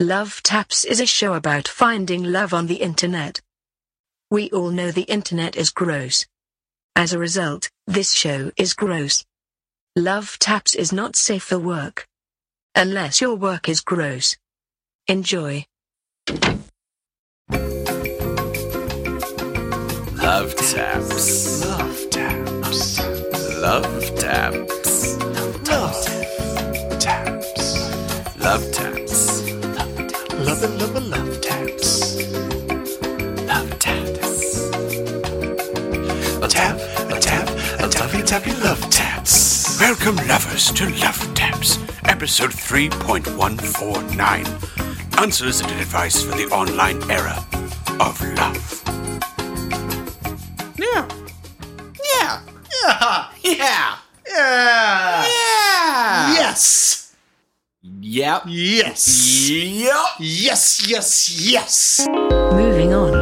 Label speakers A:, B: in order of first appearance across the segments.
A: Love Taps is a show about finding love on the internet. We all know the internet is gross. As a result, this show is gross. Love Taps is not safe for work. Unless your work is gross. Enjoy.
B: Love taps.
C: Love taps.
B: Love taps.
C: Love taps.
B: Love taps.
C: Love and love and love taps.
B: Love taps.
C: A tap, a tap, a tappy tappy love taps.
D: Welcome, lovers, to Love Taps, episode 3.149. Unsolicited advice for the online era of love.
E: Yeah. Yeah. Yeah.
C: Yeah.
E: Yeah.
C: Yeah.
E: Yes.
B: Yep.
E: Yes.
B: Yep.
E: Yes, yes, yes.
A: Moving on.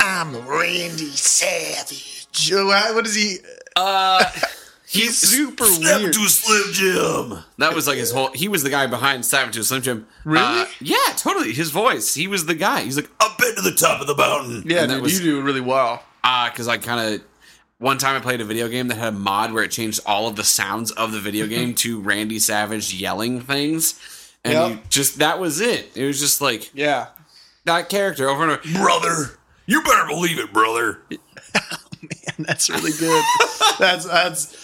E: I'm Randy Savage. Oh, I- What is he?
B: Uh,
E: He's super
B: Snap
E: weird.
B: to Slim Jim. That was like his whole. He was the guy behind Snap to Slim Jim.
E: Really?
B: Uh, yeah, totally. His voice. He was the guy. He's like up into the top of the mountain.
E: Yeah,
B: And that
E: dude,
B: was-
E: you do really well.
B: Ah, because I kind of one time I played a video game that had a mod where it changed all of the sounds of the video game to Randy Savage yelling things, and
E: Yep.
B: you just that was it. It was just like
E: Yeah.
B: that character over and over.
D: Brother, you better believe it, brother.
E: And that's really good. that's that's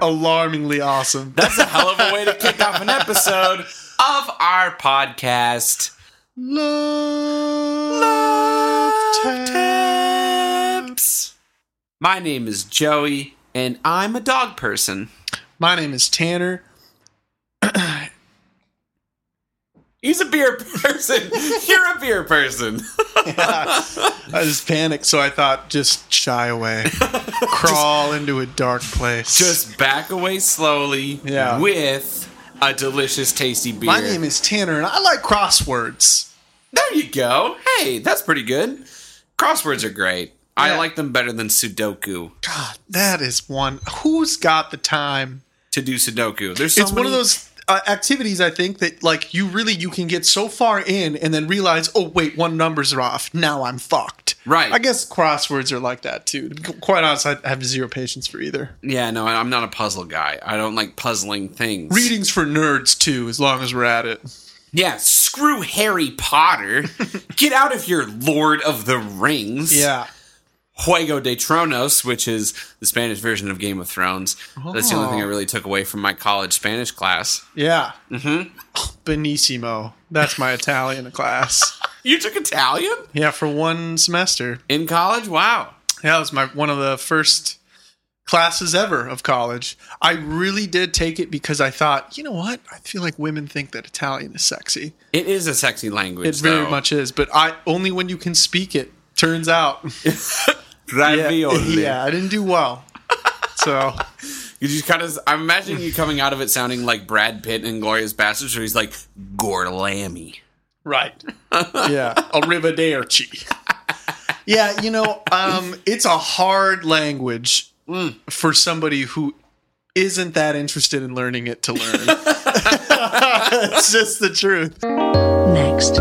E: alarmingly awesome.
B: That's a hell of a way to kick off an episode of our podcast.
E: Love,
B: Tips. My name is Joey, and I'm a dog person.
E: My name is Tanner.
B: He's a beer person. You're a beer person.
E: I just panicked, so I thought just shy away, crawl into a dark place.
B: Just back away slowly
E: Yeah.
B: with a delicious, tasty beer.
E: my name is Tanner, and I like crosswords.
B: There you go. Hey, that's pretty good. Crosswords are great. I
E: Yeah.
B: like them better than Sudoku.
E: God, that is one. Who's got the time?
B: To do Sudoku, there's so
E: it's one
B: many-
E: of those uh, activities I think that like you really you can get so far in and then realize, oh wait, one numbers are off. Now I'm fucked.
B: Right.
E: I guess crosswords are like that too. To be quite honest, I have zero patience for either.
B: Yeah, no, I'm not a puzzle guy. I don't like puzzling things.
E: Readings for nerds too, as long as we're at it.
B: Yeah, screw Harry Potter. Get out of here, Lord of the Rings.
E: Yeah.
B: Juego de Tronos, which is the Spanish version of Game of Thrones. That's the only
E: Oh.
B: thing I really took away from my college Spanish class.
E: Yeah. Mm-hmm. Benissimo. That's my Italian class.
B: You took Italian
E: Yeah, for one semester.
B: in college? Wow.
E: Yeah, it was my one of the first classes ever of college. I really did take it because I thought, you know what? I feel like women think that Italian is sexy.
B: It is a sexy language.
E: It very
B: though.
E: much is, but I only when you can speak it. Turns out,
B: ravioli.
E: yeah, I didn't do well. So
B: You just kind of. I'm imagining you coming out of it sounding like Brad Pitt in Glorious Bastards, where he's like Gorlami.
E: Right. Yeah. Arrivederci. yeah, you know, um, it's a hard language for somebody who isn't that interested in learning it to learn. it's just the truth.
A: Next.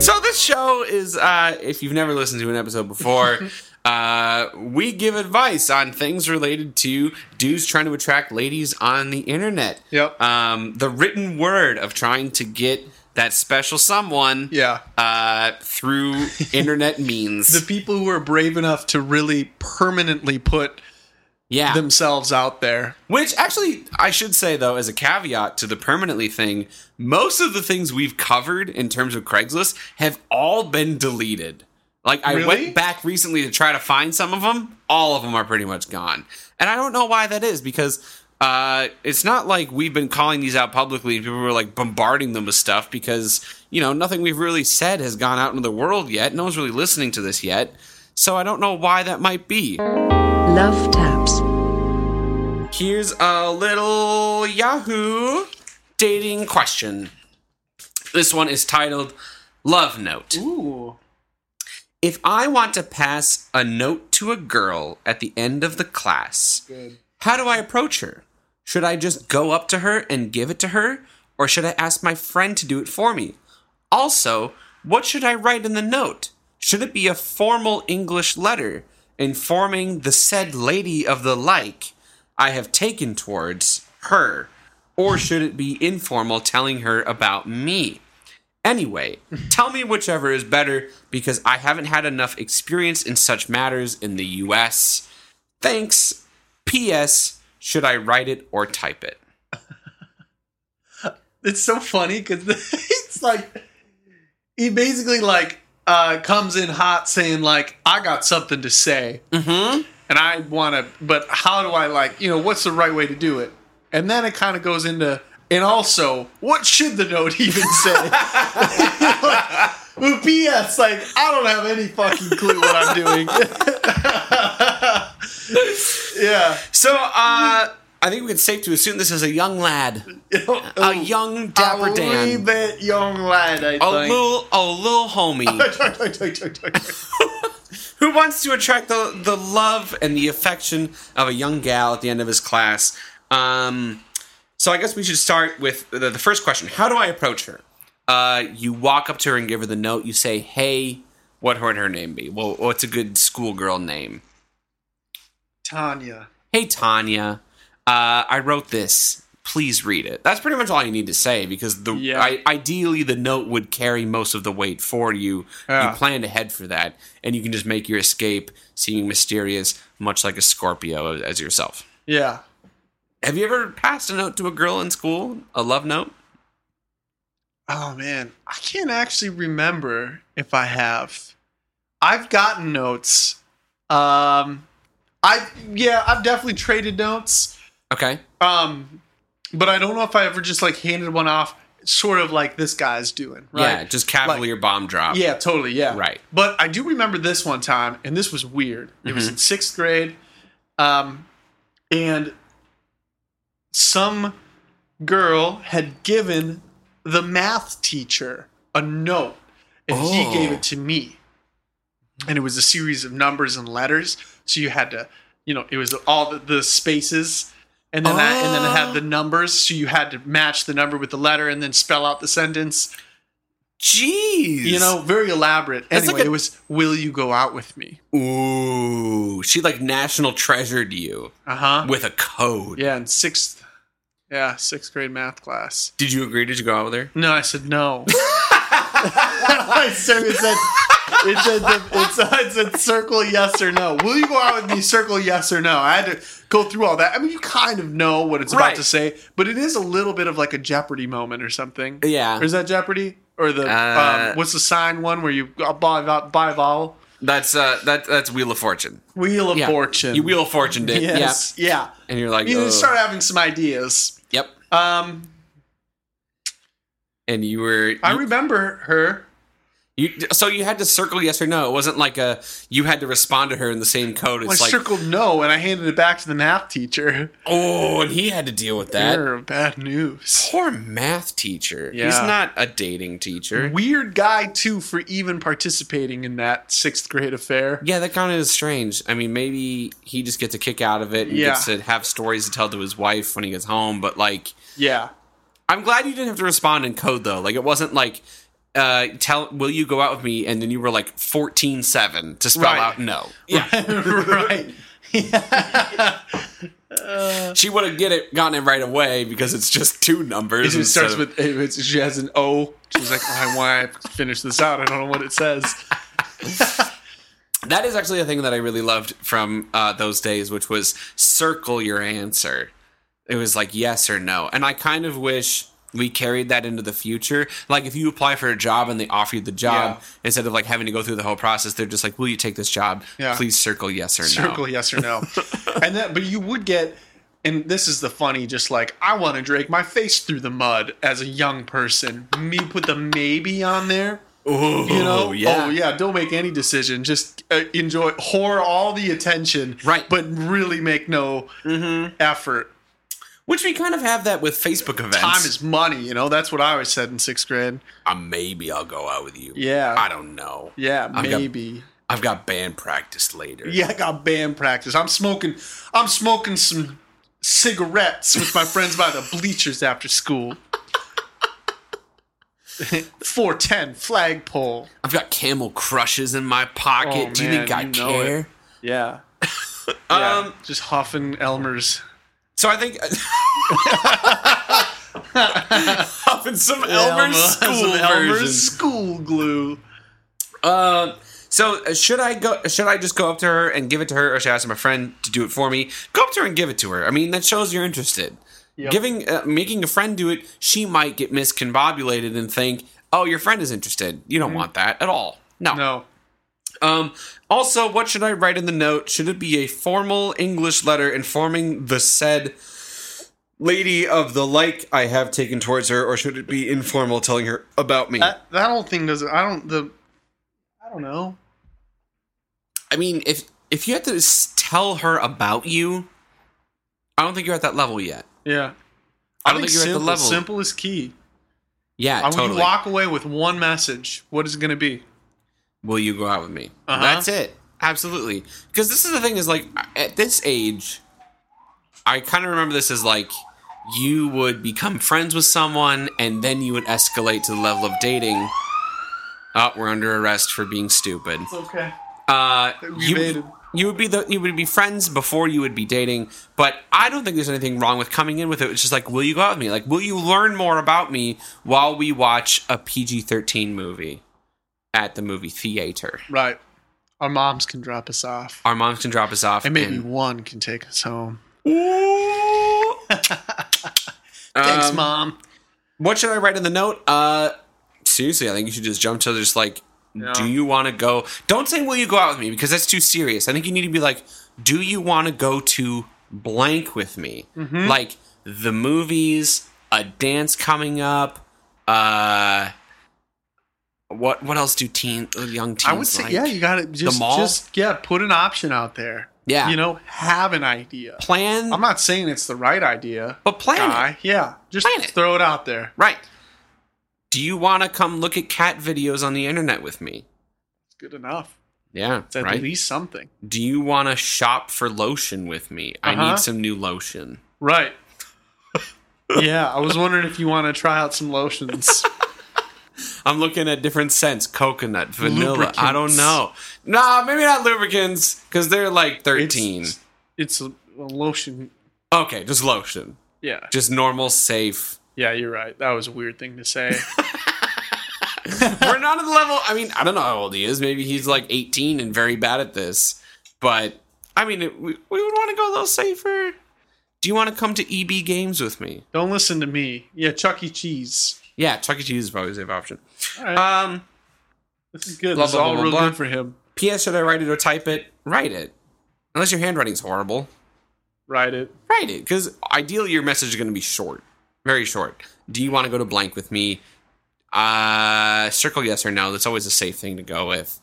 B: So this show is, uh, if you've never listened to an episode before, uh, we give advice on things related to dudes trying to attract ladies on the internet.
E: Yep.
B: Um, the written word of trying to get that special someone.
E: Yeah.
B: Uh, through internet means.
E: The people who are brave enough to really permanently put
B: yeah.
E: themselves out there.
B: Which actually, I should say though, as a caveat to the permanently thing, most of the things we've covered in terms of Craigslist have all been deleted. Like I
E: Really?
B: went back recently to try to find some of them. All of them are pretty much gone, and I don't know why that is because uh, it's not like we've been calling these out publicly and people were like bombarding them with stuff because you know nothing we've really said has gone out into the world yet. No one's really listening to this yet, so I don't know why that might be.
A: Love Taps.
B: Here's a little Yahoo dating question. This one is titled Love Note.
E: Ooh.
B: If I want to pass a note to a girl at the end of the class, how do I approach her? Should I just go up to her and give it to her, or should I ask my friend to do it for me? Also, what should I write in the note? Should it be a formal English letter informing the said lady of the like I have taken towards her, or should it be informal telling her about me? Anyway, tell me whichever is better because I haven't had enough experience in such matters in the US. Thanks. P.S. Should I write it or type it?
E: It's so funny because it's like he basically like uh comes in hot saying like I got something to say
B: Mm hmm.
E: and I want to, but how do I like you know what's the right way to do it? And then it kind of goes into and also what should the note even say? like, well, P.S. Like I don't have any fucking clue what I'm doing. yeah.
B: So, uh, I think we can safe to assume this is a young lad, a young dapper
E: a wee
B: Dan,
E: bit young lad, I
B: a
E: think.
B: little, a little homie who wants to attract the the love and the affection of a young gal at the end of his class. Um, so, I guess we should start with the, the first question: How do I approach her? Uh, you walk up to her and give her the note. You say, "Hey, what would her name be? Well, what's a good schoolgirl name?"
E: Tanya.
B: hey tanya uh, i wrote this please read it that's pretty much all you need to say because the
E: Yeah.
B: I, ideally the note would carry most of the weight for you
E: Yeah.
B: you planned ahead for that and you can just make your escape seeming mysterious much like a scorpio as yourself
E: Yeah.
B: have you ever passed a note to a girl in school a love note
E: Oh man, I can't actually remember if I have. I've gotten notes. Um, I yeah, I've definitely traded notes.
B: okay
E: Um, but I don't know if I ever just like handed one off, sort of like this guy's doing.
B: yeah
E: Right?
B: just cavalier bomb drop
E: Yeah, totally. Yeah.
B: Right.
E: But I do remember this one time, and this was weird. It was
B: Mm-hmm.
E: in sixth grade. Um, and some girl had given the math teacher a note, and he
B: Oh.
E: gave it to me. And it was a series of numbers and letters. So you had to, you know, it was all the, the spaces. And then, I, and then it
B: Oh.
E: had the numbers, so you had to match the number with the letter, and then spell out the sentence.
B: jeez
E: You know, very elaborate.
B: That's
E: Anyway,
B: like a-
E: it was "Will you go out with me?"
B: ooh she like national treasured you
E: Uh huh.
B: with a code
E: Yeah, in sixth, yeah, sixth grade math class.
B: did you agree did you go out with her
E: No, I said no. I said it said it said, the, it said it said circle yes or no. Will you go out with me? Circle yes or no. I had to go through all that. I mean, you kind of know what it's
B: Right.
E: about to say, but it is a little bit of like a Jeopardy moment or something.
B: Yeah.
E: Or is that Jeopardy? Or the
B: Uh,
E: um, what's the sign one where you uh, buy buy vowel
B: That's uh that that's Wheel of Fortune.
E: wheel of
B: Yeah.
E: fortune?
B: You Wheel of Fortune did.
E: Yes. Yeah.
B: Yeah. And you're like,
E: You
B: "Ugh."
E: start having some ideas.
B: yep.
E: Um,
B: And you were you,
E: I remember her.
B: you- so you had to circle yes or no. It wasn't like a you had to respond to her in the same code.
E: I
B: It's like
E: circled no, and I handed it back to the math teacher.
B: oh, and he had to deal with that.
E: Error, bad news.
B: Poor math teacher. He's
E: Yeah.
B: not a dating teacher.
E: Weird guy too for even participating in that sixth grade affair.
B: yeah, that kind of is strange. I mean, maybe he just gets a kick out of it and
E: Yeah.
B: gets to have stories to tell to his wife when he gets home. But like,
E: Yeah,
B: I'm glad you didn't have to respond in code though. Like it wasn't like uh tell will you go out with me and then you were like 14-7 to spell
E: Right.
B: out no. Yeah.
E: right.
B: She would have get it gotten it right away because it's just two
E: It
B: numbers.
E: just starts
B: instead of-
E: with it was- she has an O. She's like, I want to finish this out. I don't know what it says.
B: That is actually a thing that I really loved from uh those days which was circle your answer. It was like yes or no. And I kind of wish we carried that into the future. Like if you apply for a job and they offer you the job,
E: Yeah.
B: instead of like having to go through the whole process, they're just like, "Will you take this job?
E: Yeah.
B: Please circle yes or no."
E: circle yes or no and that but you would get and this is the funny just like i want to drag my face through the mud as a young person me put the maybe on there
B: Ooh,
E: you know
B: yeah.
E: oh yeah don't make any decision just uh, enjoy whore all the attention
B: Right. Mm-hmm.
E: but really make no effort
B: Which we kind of have that with Facebook events.
E: time is money you know that's what i always said in sixth grade
B: Uh, maybe I'll go out with you.
E: Yeah.
B: I don't know.
E: yeah
B: I've got-
E: maybe
B: I've got band practice later.
E: Yeah, I got band practice. I'm smoking. I'm smoking some cigarettes with my friends by the bleachers after school. 410 flagpole.
B: I've got camel crushes in my pocket.
E: Oh,
B: Do you
E: man,
B: think I
E: you know it.
B: care?
E: Yeah.
B: Um,
E: just huffing Elmer's.
B: so I think up in some Elmer's
E: Elmer-
B: school
E: some Elmer's
B: version.
E: school glue.
B: Um, so uh, should I go? Should I just go up to her and give it to her, or should I ask my friend to do it for me? Go up to her and give it to her. I mean, that shows you're interested. Giving, uh, making a friend do it, she might get miscombobulated and think, "Oh, your friend is interested." You don't want that at all. No.
E: No.
B: Um. Also, what should I write in the note? Should it be a formal English letter informing the said lady of the like I have taken towards her, or should it be informal, telling her about me?
E: That, that whole thing doesn't. I don't. The. I don't know.
B: I mean, if if you had to s- tell her about you, I don't think you're at that level yet.
E: Yeah.
B: I don't think you're
E: simple,
B: at the level.
E: Simple is key.
B: Yeah,
E: I would
B: totally.
E: walk away with one message. What is it going to be?
B: Will you go out with me?
E: Uh-huh.
B: That's it. Absolutely. Because this is the thing is like at this age, I kind of remember this as like you would become friends with someone and then you would escalate to the level of dating. Oh, we're under arrest for being stupid.
E: Okay.
B: Uh,
E: We made it.
B: you, you would be the you would be friends before you would be dating. But I don't think there's anything wrong with coming in with it. It's just like, will you go out with me? Like, will you learn more about me while we watch a PG-13 movie at the movie theater?
E: Right. Our moms can drop us off,
B: Our moms can drop us off,
E: and maybe one can take us home. Thanks,
B: um,
E: mom.
B: What should I write in the note? Uh, seriously, I think you should just jump to just like, do you want to go? Don't say will you go out with me because that's too serious. I think you need to be like, do you want to go to blank with me?
E: Mm-hmm.
B: Like the movies, a dance coming up. Uh, what what else do teen uh, young teens?
E: I would say,
B: like?
E: yeah, you got to just,
B: mall?
E: just, yeah, put an option out there.
B: Yeah.
E: You know, have an idea.
B: plan,
E: I'm not saying it's the right idea,
B: but plan it.
E: guy. Yeah, just
B: Plan it.
E: throw it out there.
B: right. Do you want to come look at cat videos on the internet with me?
E: It's good enough.
B: Yeah,
E: It's at
B: right.
E: least something.
B: do you want to shop for lotion with me? I
E: Uh-huh.
B: need some new lotion.
E: Right. yeah, I was wondering if you want to try out some lotions.
B: I'm looking at different scents: coconut, vanilla. I don't
E: Lubricants.
B: know. Nah, maybe not lubricants because they're like 13.
E: It's, it's a, a lotion.
B: okay, just lotion,
E: Yeah.
B: just normal, safe.
E: Yeah, you're right. That was a weird thing to say.
B: We're not at the level. I mean, I don't know how old he is. Maybe he's like 18 and very bad at this. But I mean, it, we, we would want to go a little safer. Do you want to come to EB Games with me?
E: Don't listen to me. Yeah, Chuck E. Cheese.
B: Yeah, Chuck E. Cheese is probably a safe option.
E: All right.
B: Um.
E: this is good.
B: blah,
E: This is
B: blah,
E: all
B: blah,
E: real
B: blah,
E: good for him.
B: P.S. Should I write it or type it? Write it. Unless your handwriting's horrible,
E: Write it.
B: write it. Because ideally, your message is going to be short, very short. Do you want to go to blank with me? Uh, circle yes or no. That's always a safe thing to go with.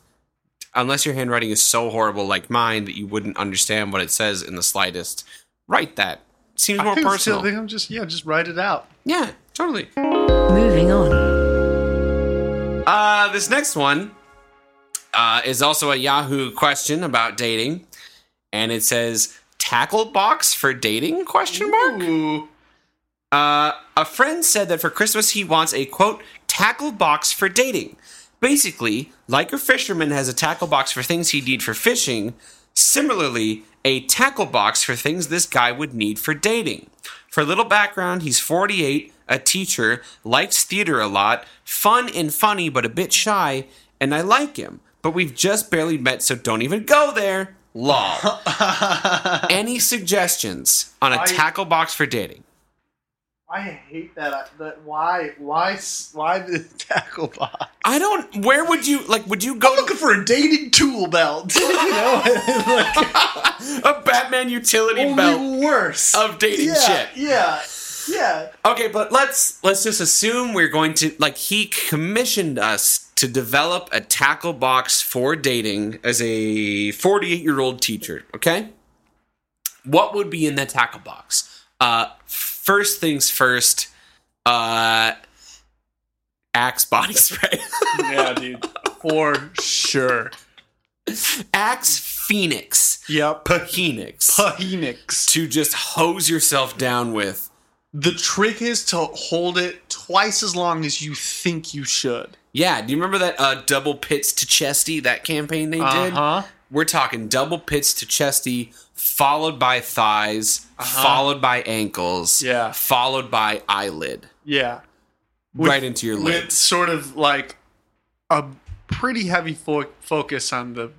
B: Unless your handwriting is so horrible, like mine, that you wouldn't understand what it says in the slightest, write that. Seems more
E: I think it's still-
B: personal.
E: I think I'm just yeah, just write it out.
B: yeah, totally.
A: Moving on.
B: Uh, this next one uh, is also a Yahoo question about dating, and it says tackle box for dating question mark.
E: Ooh.
B: Uh, a friend said that for Christmas he wants a quote tackle box for dating. Basically, like a fisherman has a tackle box for things he need for fishing, similarly, a tackle box for things this guy would need for dating. For a little background, he's 48, a teacher, likes theater a lot, fun and funny but a bit shy, and I like him. But we've just barely met, so don't even go there. Lol. Any suggestions on a
E: I-
B: tackle box for dating?
E: I hate that. I- That why why s- why the tackle box?
B: I don't. Where would you like? Would you go
E: Looking for a dating tool belt. you know, like
B: to a Batman utility
E: only
B: belt
E: worse.
B: of dating
E: yeah,
B: shit?
E: yeah, yeah.
B: Okay, but let's let's just assume we're going to like he commissioned us to develop a tackle box for dating as a 48 year old teacher. Okay, what would be in that tackle box? Uh, first things first. Uh, Axe body spray.
E: Yeah, dude. For sure.
B: Axe Phoenix.
E: Yep.
B: Phoenix.
E: Pahenix.
B: to just hose yourself down with.
E: The trick is to hold it twice as long as you think you should.
B: Yeah, do you remember that uh, double pits to chesty that campaign they
E: Uh-huh.
B: did? We're talking double pits to chesty, followed by thighs, followed by ankles,
E: Uh-huh. Yeah.
B: followed by eyelid,
E: Yeah.
B: right into your
E: With
B: lids.
E: sort of like a pretty heavy fo- focus on the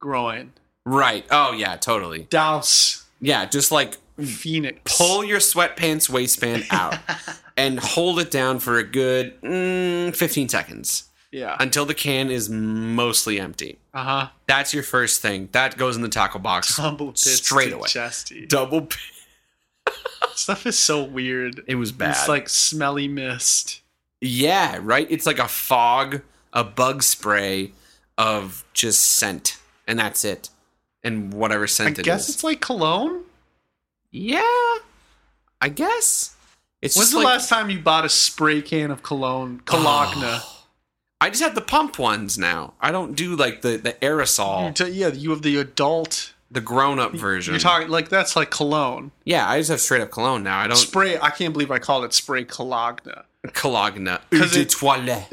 E: groin.
B: Right. Oh yeah, totally.
E: Douse
B: Yeah, just like
E: Phoenix.
B: pull your sweatpants waistband out and hold it down for a good mm, 15 seconds
E: Yeah.
B: until the can is mostly empty.
E: Uh huh.
B: That's your first thing. That goes in the tackle box
E: Humble tits
B: straight
E: to
B: away.
E: chesty.
B: Double pit.
E: Stuff is so weird.
B: It was bad.
E: It's like smelly mist.
B: Yeah, right? It's like a fog, a bug spray of just scent. And that's it. And whatever
E: I
B: scent it
E: guess
B: is.
E: it's like cologne.
B: yeah. I guess. It's
E: When's
B: just
E: the
B: like-
E: last time you bought a spray can of cologne? Cologne.
B: I just have the pump ones now. I don't do like the, the aerosol,
E: yeah, you have the adult.
B: the grown up Oh. version.
E: You're talking like that's like cologne
B: yeah, I just have straight up cologne now. I don't
E: spray. I can't believe I called it spray cologne.
B: cologne. Eau
E: 'Cause
B: de
E: it-
B: toilette.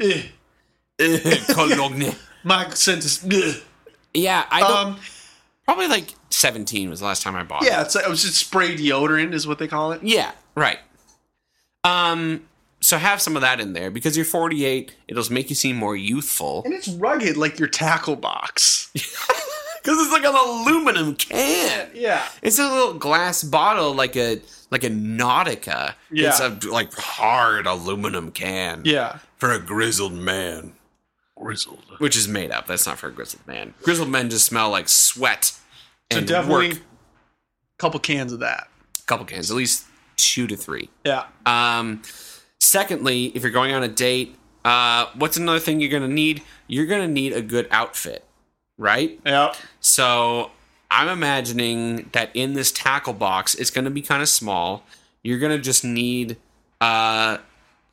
E: Ugh,
B: cologne.
E: Eh, my sentence. ugh.
B: Yeah, I don't,
E: Um,
B: probably like 17 was the last time I bought it.
E: yeah, it's, it was just spray deodorant is what they call it.
B: Yeah, right. Um, so have some of that in there because you're 48. It'll make you seem more youthful
E: And it's rugged like your tackle box.
B: because it's like an aluminum can.
E: Yeah.
B: It's a little glass bottle, like a like a Nautica.
E: Yeah.
B: it's a like hard aluminum can.
E: Yeah.
B: for a grizzled man,
D: Grizzled.
B: which is made up. That's not for a grizzled man. Grizzled men just smell like sweat
E: So
B: and
E: definitely
B: work.
E: couple cans of that.
B: A couple cans, at least two to three.
E: Yeah.
B: Um, secondly, if you're going on a date, uh, what's another thing you're gonna need? You're gonna need a good outfit, right?
E: Yeah.
B: So I'm imagining that in this tackle box, it's gonna be kind of small. You're gonna just need uh,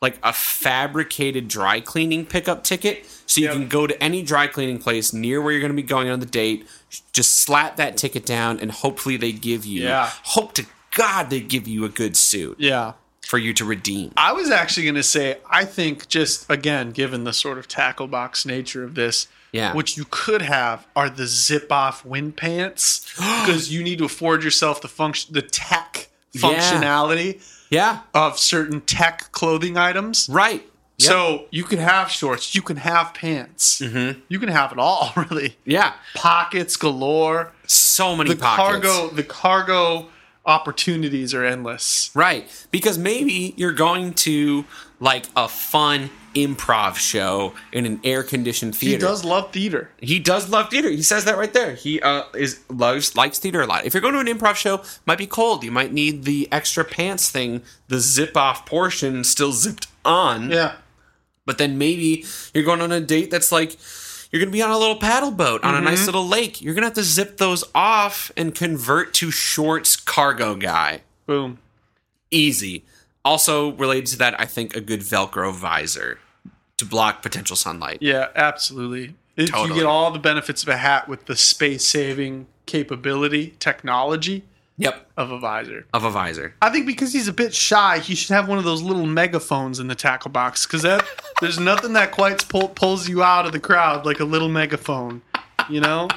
B: like a fabricated dry cleaning pickup ticket, so you
E: Yep.
B: can go to any dry cleaning place near where you're gonna be going on the date. Just slap that ticket down, and hopefully they give you.
E: Yeah.
B: Hope to God they give you a good suit
E: Yeah.
B: for you to redeem.
E: I was actually going to say, I think just again, given the sort of tackle box nature of this,
B: Yeah.
E: what you could have are the zip off wind pants because you need to afford yourself the function, the tech functionality
B: Yeah.
E: of certain tech clothing items.
B: Right.
E: So you can have shorts, you can have pants,
B: Mm-hmm.
E: you can have it all, really.
B: Yeah.
E: Pockets galore.
B: So many
E: The
B: pockets.
E: cargo, the cargo opportunities are endless.
B: Right. Because maybe you're going to like a fun improv show in an air conditioned theater.
E: He does love theater.
B: He does love theater. He says that right there. He uh is loves likes theater a lot. If you're going to an improv show, it might be cold. You might need the extra pants thing, the zip off portion still zipped on.
E: Yeah.
B: But then maybe you're going on a date that's like you're going to be on a little paddle boat on a nice little lake. You're going to have to zip those off and convert to shorts cargo guy.
E: Boom.
B: Easy. Also related to that, I think a good Velcro visor to block potential sunlight.
E: Yeah, absolutely. If
B: Totally.
E: You get all the benefits of a hat with the space saving capability, technology
B: Yep,
E: of a visor.
B: of a visor.
E: I think because he's a bit shy, he should have one of those little megaphones in the tackle box because that there's nothing that quite pull, pulls you out of the crowd like a little megaphone. You know,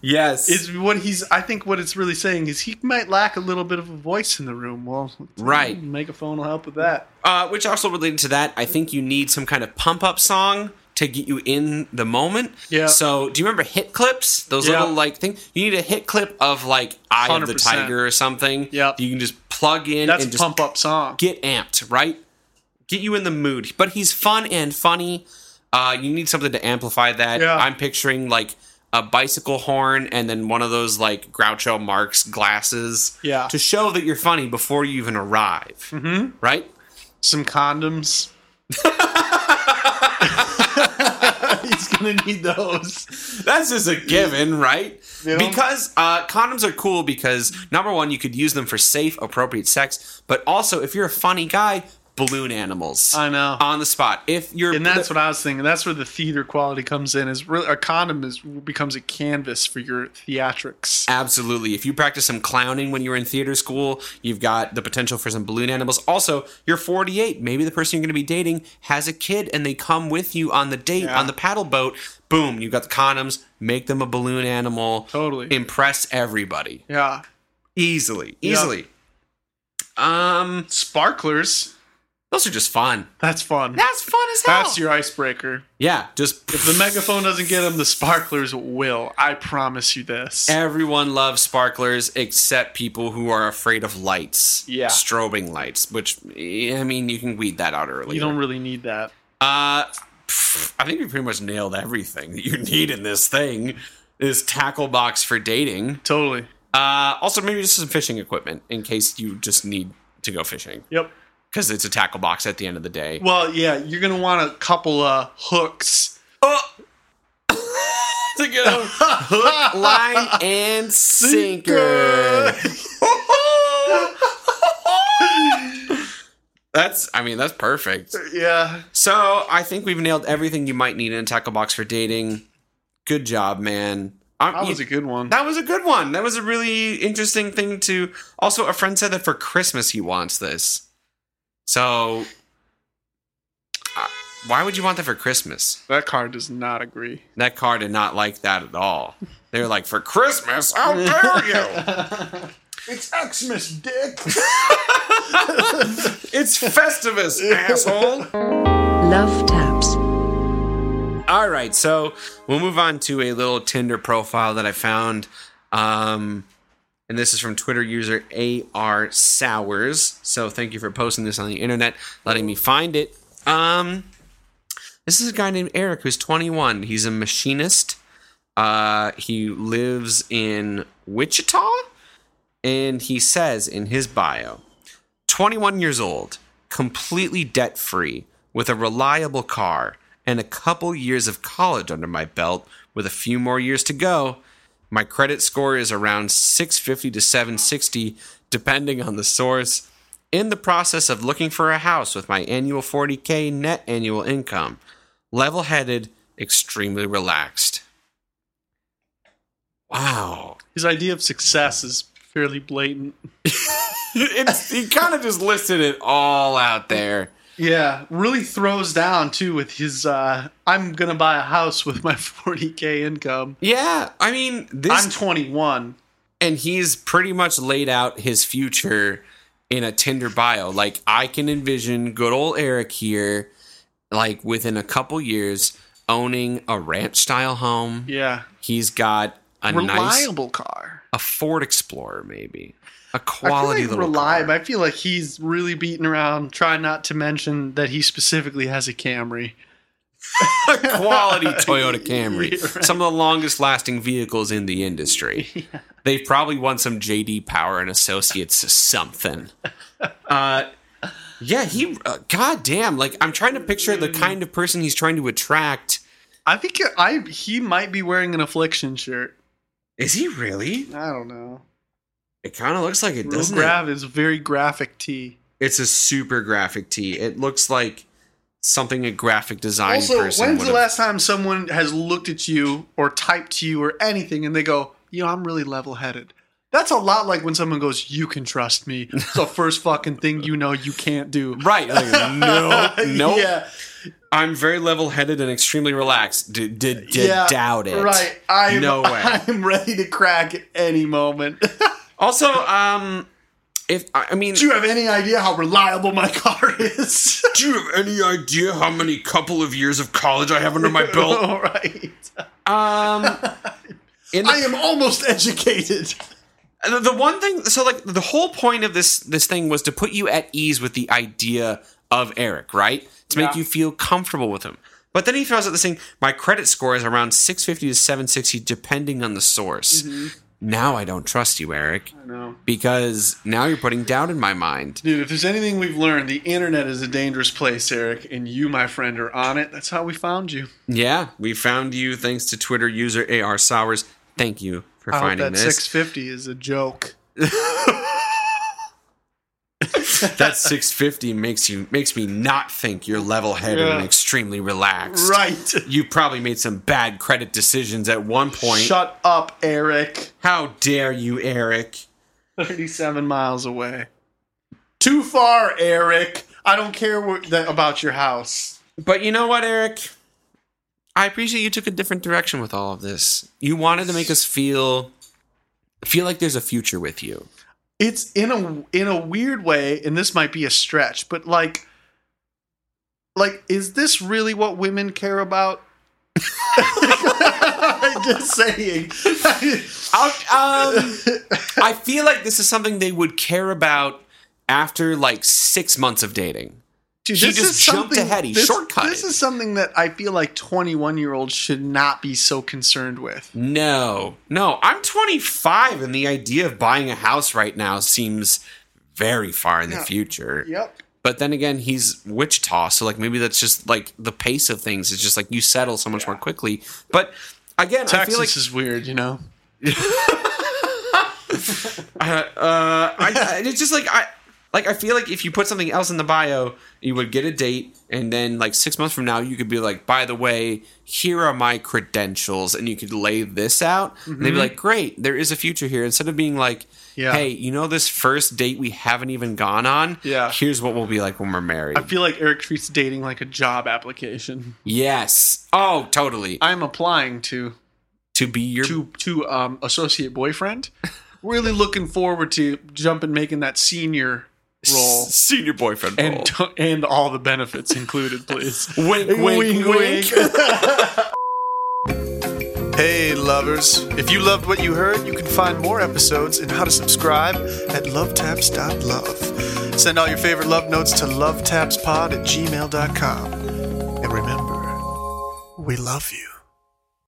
B: Yes.
E: it's what he's. I think what it's really saying is he might lack a little bit of a voice in the room. Well,
B: Right.
E: megaphone will help with that.
B: uh, which also related to that, I think you need some kind of pump up song to get you in the moment.
E: Yeah.
B: So do you remember hit clips? Those
E: Yeah.
B: little like thing. You need a hit clip of like Eye of the
E: 100%.
B: Tiger or something.
E: Yep.
B: You can just plug in
E: That's a
B: and just
E: pump up song.
B: get amped, right? Get you in the mood. But he's fun and funny. Uh, you need something to amplify that.
E: Yeah.
B: I'm picturing like a bicycle horn and then one of those like Groucho Marx glasses.
E: Yeah.
B: To show that you're funny before you even arrive. Mm-hmm. Right?
E: some condoms. He's gonna need those.
B: That's just a given, right?
E: You know?
B: Because uh, condoms are cool because number one, you could use them for safe, appropriate sex, but also if you're a funny guy, balloon animals
E: I know.
B: on the spot. If you're
E: and that's what I was thinking. That's where the theater quality comes in. Is really a condom is becomes a canvas for your theatrics.
B: Absolutely. If you practice some clowning when you're in theater school, you've got the potential for some balloon animals. Also, you're 48. Maybe the person you're going to be dating has a kid and they come with you on the date
E: Yeah.
B: on the paddle boat. Boom, you've got the condoms. Make them a balloon animal.
E: Totally.
B: Impress everybody.
E: Yeah,
B: Easily.
E: Yeah.
B: Easily. Um,
E: sparklers.
B: those are just fun.
E: That's fun.
B: That's fun as hell.
E: That's your icebreaker.
B: yeah, just
E: If the megaphone doesn't get them, the sparklers will. I promise you this.
B: Everyone loves sparklers except people who are afraid of lights.
E: Yeah.
B: Strobing lights, which, eh, I mean, you can weed that out early.
E: You don't really need that.
B: Uh, pff, I think we pretty much nailed everything that you need in this thing. This tackle box for dating.
E: Totally.
B: Uh, also, maybe just some fishing equipment in case you just need to go fishing
E: Yep.
B: because it's a tackle box at the end of the day.
E: Well, yeah, you're gonna want a couple uh, hooks.
B: Oh! to get a hook, line, and sinker. That's, I mean, that's perfect.
E: Yeah.
B: So I think we've nailed everything you might need in a tackle box for dating. Good job, man. I'm-
E: That was a good one.
B: that was a good one. That was a really interesting thing to. Also, a friend said that for Christmas he wants this. So, uh, why would you want that for Christmas?
E: That card does not agree.
B: That car did not like that at all. They were like, for Christmas? How dare you?
E: It's Xmas, dick.
B: It's Festivus, asshole.
A: Love Taps.
B: All right, so we'll move on to a little Tinder profile that I found. Um, and this is from Twitter user AR Sours. So thank you for posting this on the internet, letting me find it. Um, this is a guy named Eric who's 21. He's a machinist. Uh, he lives in Wichita. And he says in his bio 21 years old, completely debt free, with a reliable car and a couple years of college under my belt with a few more years to go. My credit score is around 650 to 760, depending on the source. In the process of looking for a house with my annual 40K net annual income. Level headed, extremely relaxed. Wow.
E: His idea of success is fairly blatant.
B: it's, he kind of just listed it all out there.
E: Yeah, really throws down too with his. uh I'm gonna buy a house with my 40k income.
B: Yeah, I mean this,
E: I'm 21.
B: and he's pretty much laid out his future in a Tinder bio. Like I can envision good old Eric here, like within a couple years, owning a ranch style home.
E: Yeah,
B: He's got a nice,
E: reliable car.
B: a Ford Explorer, maybe a
E: I
B: quality
E: feel like
B: little
E: reliable.
B: car.
E: I feel like he's really beating around, trying not to mention that he specifically has a Camry.
B: quality Toyota Camry.
E: Yeah, right.
B: Some of the longest lasting vehicles in the industry. They've probably won some JD Power and Associates something. Uh, yeah, he. Uh, God damn! Like I'm trying to picture
E: Mm-hmm.
B: the kind of person he's trying to attract.
E: I think I he might be wearing an affliction shirt.
B: Is he really?
E: I don't know.
B: It kind of looks like it
E: Real
B: doesn't. it?
E: Grav is a very graphic tee.
B: It's a super graphic tee. It looks like something a graphic design
E: Also,
B: person.
E: when's the
B: would've-
E: last time someone has looked at you or typed to you or anything and they go, you know, I'm really level headed? That's a lot like when someone goes, you can trust me. It's the first fucking thing you know you can't do.
B: Right. Like, no. No.
E: Yeah.
B: I'm very level headed and extremely relaxed. Did did did
E: yeah.
B: doubt it.
E: Right. I'm,
B: No way.
E: I'm ready to crack at any moment.
B: Also, um, if I I mean,
E: do you have any idea how reliable my car is?
B: do you have any idea how many couple of years of college I have under my belt?
E: All right.
B: Um, in
E: I
B: the,
E: am almost educated.
B: the- the one thing, so like the whole point of this this thing was to put you at ease with the idea of Eric, right? To make
E: Yeah.
B: you feel comfortable with him. But then he throws out this thing. My credit score is around six fifty to seven sixty, depending on the source. Now I don't trust you, Eric,
E: No.
B: because now you're putting doubt in my mind.
E: Dude, if there's anything we've learned, the internet is a dangerous place, Eric, and you, my friend, are on it. That's how we found you.
B: Yeah, we found you thanks to Twitter user AR Sowers. Thank you for
E: I hope
B: finding
E: that
B: this.
E: 650 is a joke.
B: that 650 makes you makes me not think you're level-headed
E: Yeah.
B: and extremely relaxed.
E: Right.
B: You probably made some bad credit decisions at one point.
E: Shut up, Eric.
B: How dare you, Eric?
E: 37 miles away. Too far, Eric. I don't care what, that, about your house.
B: But you know what, Eric? I appreciate you took a different direction with all of this. You wanted to make us feel feel like there's a future with you.
E: It's in a in a weird way, and this might be a stretch, but like like is this really what women care about? Just saying.
B: I'll- um, I feel like this is something they would care about after like six months of dating.
E: Dude,
B: He just jumped
E: something-
B: ahead. He
E: this,
B: shortcutted.
E: This is something that I feel like 21 year olds should not be so concerned with.
B: No, no, I'm 25, and the idea of buying a house right now seems very far in the future.
E: Yep.
B: But then again, he's Wichita, so like maybe that's just like the pace of things. It's just like you settle so much more quickly. But again, I
E: Texas
B: feel like
E: is weird, you know?
B: uh, I, I- it's just like I like I feel like if you put something else in the bio, you would get a date, and then like six months from now, you could be like, by the way, here are my credentials, and you could lay this out, and they'd be like, great, there is a future here. Instead of being like,
E: Mm-hmm. Yeah.
B: hey, you know this first date we haven't even gone on,
E: Yeah.
B: here's what we'll be like when we're married.
E: I feel like Eric treats dating like a job application.
B: yes, oh, totally.
E: I'm applying to
B: to be your
E: to to um, associate boyfriend. Really looking forward to jumping, making that senior role
B: senior boyfriend,
E: and
B: role.
E: to- and all the benefits included, please.
B: wink, wink, wink.
C: Hey, lovers. If you loved what you heard, you can find more episodes and how to subscribe at lovetaps.love. Send all your favorite love notes to lovetapspod at gmail.com. And remember, we love you.